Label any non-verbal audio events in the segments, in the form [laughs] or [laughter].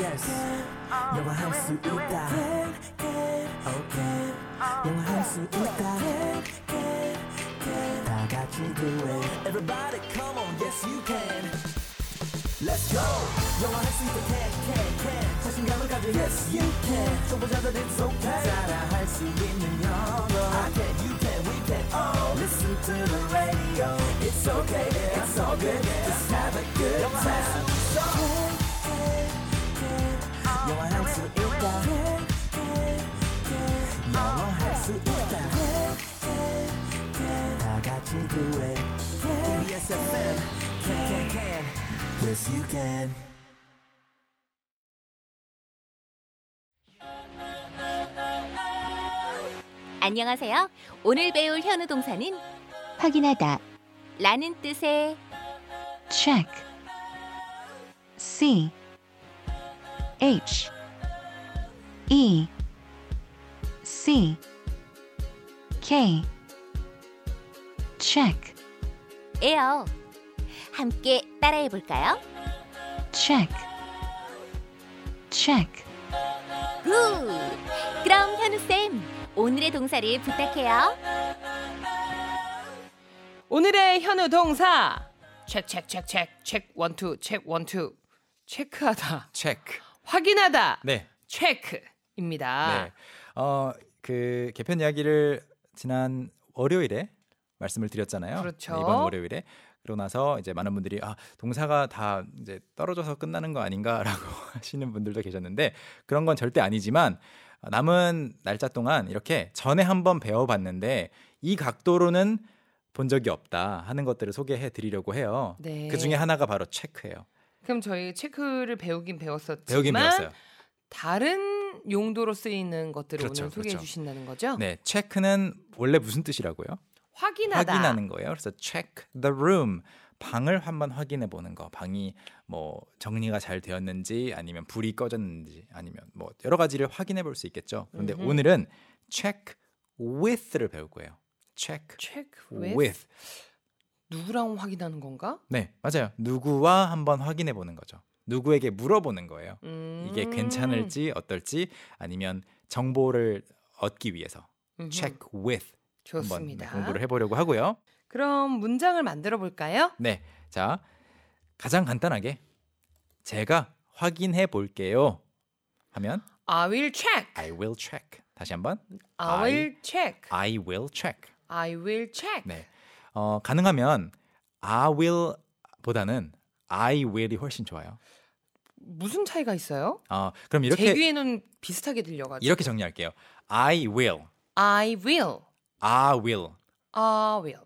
yes 영화할 수 있다 okay 영화할 수 있다 다 같이 do it everybody come on yes you can Let's go 영화할 수 있다 can can can 자신감을 가져 yes you can 초보자들 it's okay 따라할 수 있는 영어 I can you can we can all listen to the radio it's okay yeah, it's all good just have a good time 영화할 수 있다 영화할 수 있다 다 같이 do it KBS FM can can can yes you can 안녕하세요. 오늘 배울 현우 동사는 확인하다. 라는 뜻의 check C H E C K check 에요. 함께 따라해 볼까요? check check 굿! 그럼 현우쌤, 오늘의 동사를 부탁해요. 오늘의 현우 동사 책책책책 책 원투 책 원투 체크하다 [laughs] 체크. 확인하다 네. 체크입니다. 네. 어, 그 개편 이야기를 지난 월요일에 말씀을 드렸잖아요. 그렇죠. 네, 이번 월요일에 그러고 나서 이제 많은 분들이 아, 동사가 다 이제 떨어져서 끝나는 거 아닌가라고 [laughs] 하시는 분들도 계셨는데 그런 건 절대 아니지만 남은 날짜 동안 이렇게 전에 한번 배워봤는데 이 각도로는 본 적이 없다 하는 것들을 소개해 드리려고 해요. 네. 그 중에 하나가 바로 체크예요. 그럼 저희 체크를 배우긴 배웠었지만 배우긴 배웠어요. 다른 용도로 쓰이는 것들을 그렇죠, 오늘 소개해 그렇죠. 주신다는 거죠? 네, 체크는 원래 무슨 뜻이라고요? 확인하다. 확인하는 거예요. 그래서 check the room 방을 한번 확인해 보는 거. 방이 뭐 정리가 잘 되었는지 아니면 불이 꺼졌는지 아니면 뭐 여러 가지를 확인해 볼 수 있겠죠. 그런데 음흠. 오늘은 check with를 배울 거예요. check 체크 with, with. 누구랑 확인하는 건가? 네, 맞아요. 누구와 한번 확인해 보는 거죠. 누구에게 물어보는 거예요. 음. 이게 괜찮을지 어떨지 아니면 정보를 얻기 위해서 음흠. check with 한번 좋습니다. 공부를 해 보려고 하고요. 그럼 문장을 만들어 볼까요? 네. 자, 가장 간단하게 제가 확인해 볼게요. 하면 I will check. I will check. 다시 한번 I will check. I will check. I will check. 네. 어, 가능하면 I will 보다는 I will이 훨씬 좋아요. 무슨 차이가 있어요? 어, 그럼 제 이렇게 귀에는 비슷하게 들려가지고 이렇게 정리할게요. I will. I will, I will. I will.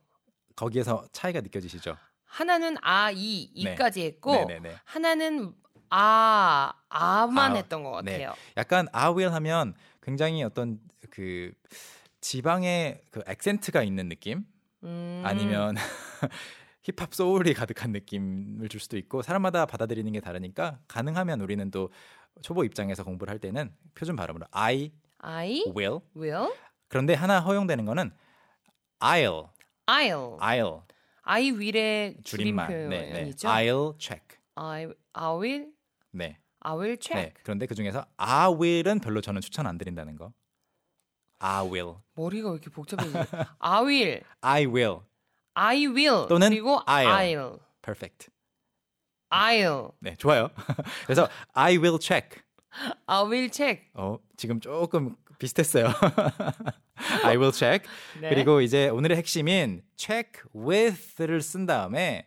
거기에서 차이가 느껴지시죠? 하나는 I, 이까지 했고 네. 네네네. 하나는 아, 아만 아, 했던 것 네. 같아요. 약간 I will 하면 굉장히 어떤 그 지방의 그 액센트가 있는 느낌? 음, 아니면 [laughs] 힙합 소울이 가득한 느낌을 줄 수도 있고 사람마다 받아들이는 게 다르니까 가능하면 우리는 또 초보 입장에서 공부를 할 때는 표준 발음으로 I I will will, 그런데 하나 허용되는 거는 I'll I'll, I'll I will의 아, 줄임말 줄임표현이죠. 네, 네. I'll check I, I will, 네, I will 네 check. 그런데 그 중에서 I will은 별로 저는 추천 안 드린다는 거 I will 머리가 왜 이렇게 [laughs] 복잡해지? I will, I will I will 또는 그리고 I'll. I'll, perfect I'll, 네 좋아요 [laughs] 그래서 I will check I will check. 어, 지금 조금 비슷했어요. [laughs] I will check. 네. 그리고 이제 오늘의 핵심인 check with를 쓴 다음에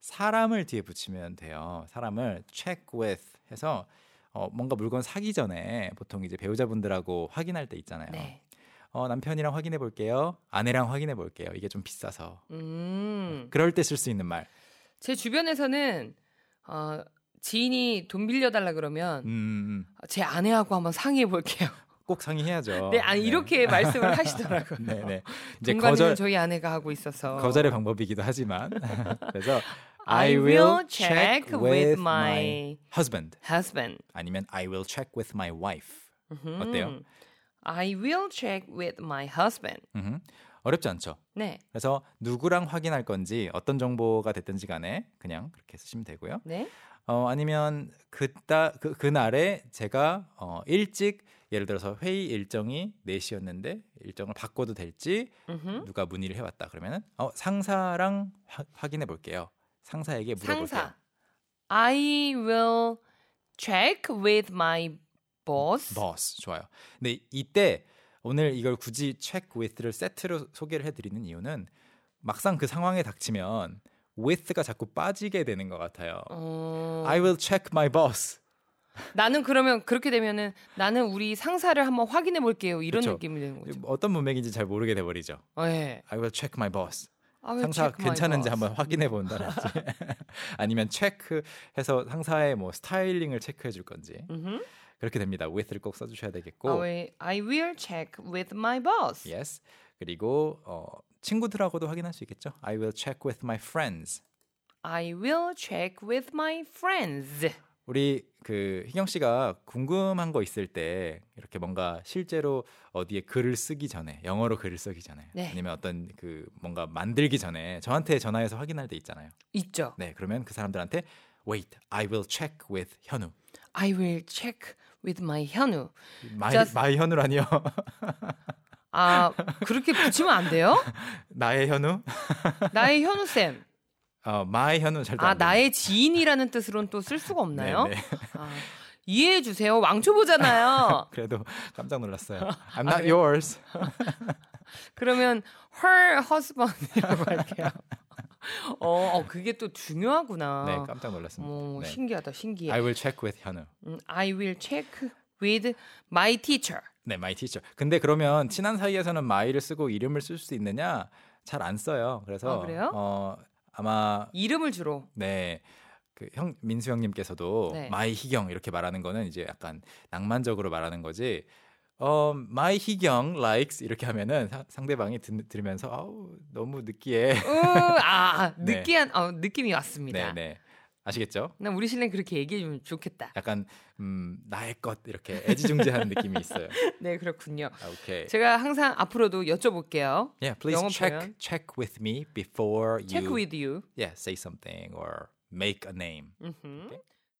사람을 뒤에 붙이면 돼요. 사람을 check with 해서 어, 뭔가 물건 사기 전에 보통 이제 배우자분들하고 확인할 때 있잖아요. 네. 어, 남편이랑 확인해 볼게요. 아내랑 확인해 볼게요. 이게 좀 비싸서. 음. 그럴 때 쓸 수 있는 말. 제 주변에서는 어, 지인이 돈 빌려달라 그러면 음, 음, 제 아내하고 한번 상의해 [laughs] 볼게요. 꼭 상의해야죠. 네, 아니 [laughs] 이렇게 말씀을 하시더라고요. 어, 네, [laughs] 네. 이제 이제 거절 거절 저희 아내가 하고 있어서 거절의 방법이기도 하지만 [laughs] 그래서 I will check with my husband husband. 아니면 I will check with my wife 음흠. 어때요? I will check with my husband. 음흠. 어렵지 않죠. 네, 그래서 누구랑 확인할 건지 어떤 정보가 됐든지 간에 그냥 그렇게 쓰시면 되고요. 네. 어, 아니면 그따 그 그날에 제가 어, 일찍 예를 들어서 회의 일정이 4시였는데 일정을 바꿔도 될지 음흠. 누가 문의를 해왔다 그러면은 어, 상사랑 화- 확인해 볼게요. 상사에게 물어볼게요. 상사. I will check with my boss. boss 좋아요. 근데 이때 오늘 이걸 굳이 check with를 세트로 소개를 해드리는 이유는 막상 그 상황에 닥치면 with가 자꾸 빠지게 되는 것 같아요. 어, I will check my boss. 나는 그러면 그렇게 되면은 나는 우리 상사를 한번 확인해 볼게요. 이런 그쵸. 뭐 느낌이 되는 거죠. 어떤 문맥인지 잘 모르게 돼버리죠. 예. I will check my boss. I will 상사 check my boss. 괜찮은지 네. 한번 확인해 본다든지 [laughs] 아니면 체크해서 상사의 뭐 스타일링을 체크해 줄 건지 음흠. 그렇게 됩니다. with를 꼭 써주셔야 되겠고. I will, I will check with my boss. Yes. 그리고 어, 친구들하고도 확인할 수 있겠죠. I will check with my friends. I will check with my friends. 우리 그 희경 씨가 궁금한 거 있을 때 이렇게 뭔가 실제로 어디에 글을 쓰기 전에 영어로 글을 쓰기 전에 네. 아니면 어떤 그 뭔가 만들기 전에 저한테 전화해서 확인할 때 있잖아요. 있죠. 네, 그러면 그 사람들한테 wait, I will check with 현우. I will check with my 현우. 마이 Just- 마이 현우라니요. [laughs] 아 그렇게 붙이면 안 [laughs] 돼요? 나의 현우? 나의 현우 쌤. 어, 마이 현우 잘안 아 나의 지인이라는 뜻으로는 또 쓸 수가 없나요? 네, 네. 아, 이해해 주세요. 왕초보잖아요. 그래도 [laughs] 깜짝 놀랐어요. I'm not 아, 그래요? yours. 그러면 her husband이라고 할게요. 어, 어, 그게 또 중요하구나. 네, 깜짝 놀랐습니다. 어, 네. 신기하다, 신기해. I will check with 현우. 음, I will check with my teacher. 네, my teacher. 근데 그러면 친한 사이에서는 my를 쓰고 이름을 쓸 수 있느냐? 잘 안 써요. 그래서 아, 그래요? 어, 아마 이름을 [laughs] 주로 네. 그 형 민수 형님께서도 네. 마이 희경 이렇게 말하는 거는 이제 약간 낭만적으로 말하는 거지. 어, 마이 희경 likes 이렇게 하면은 사- 상대방이 듣, 들으면서 아우 너무 [laughs] 느끼해. 으, 아, 아, 네. 느끼한 어, 느낌이 왔습니다. 네, 네. 아시겠죠? 난 우리 신랑 그렇게 얘기해 주면 [laughs] 좋겠다. 약간 음, 나의 것 이렇게 [laughs] 애지중지하는 느낌이 있어요. 네, 그렇군요. 아, 오케이. 제가 항상 앞으로도 여쭤볼게요. Yeah, please 영어 check 표현. check with me before you Check with you. yeah, say something or make a name. 음흠.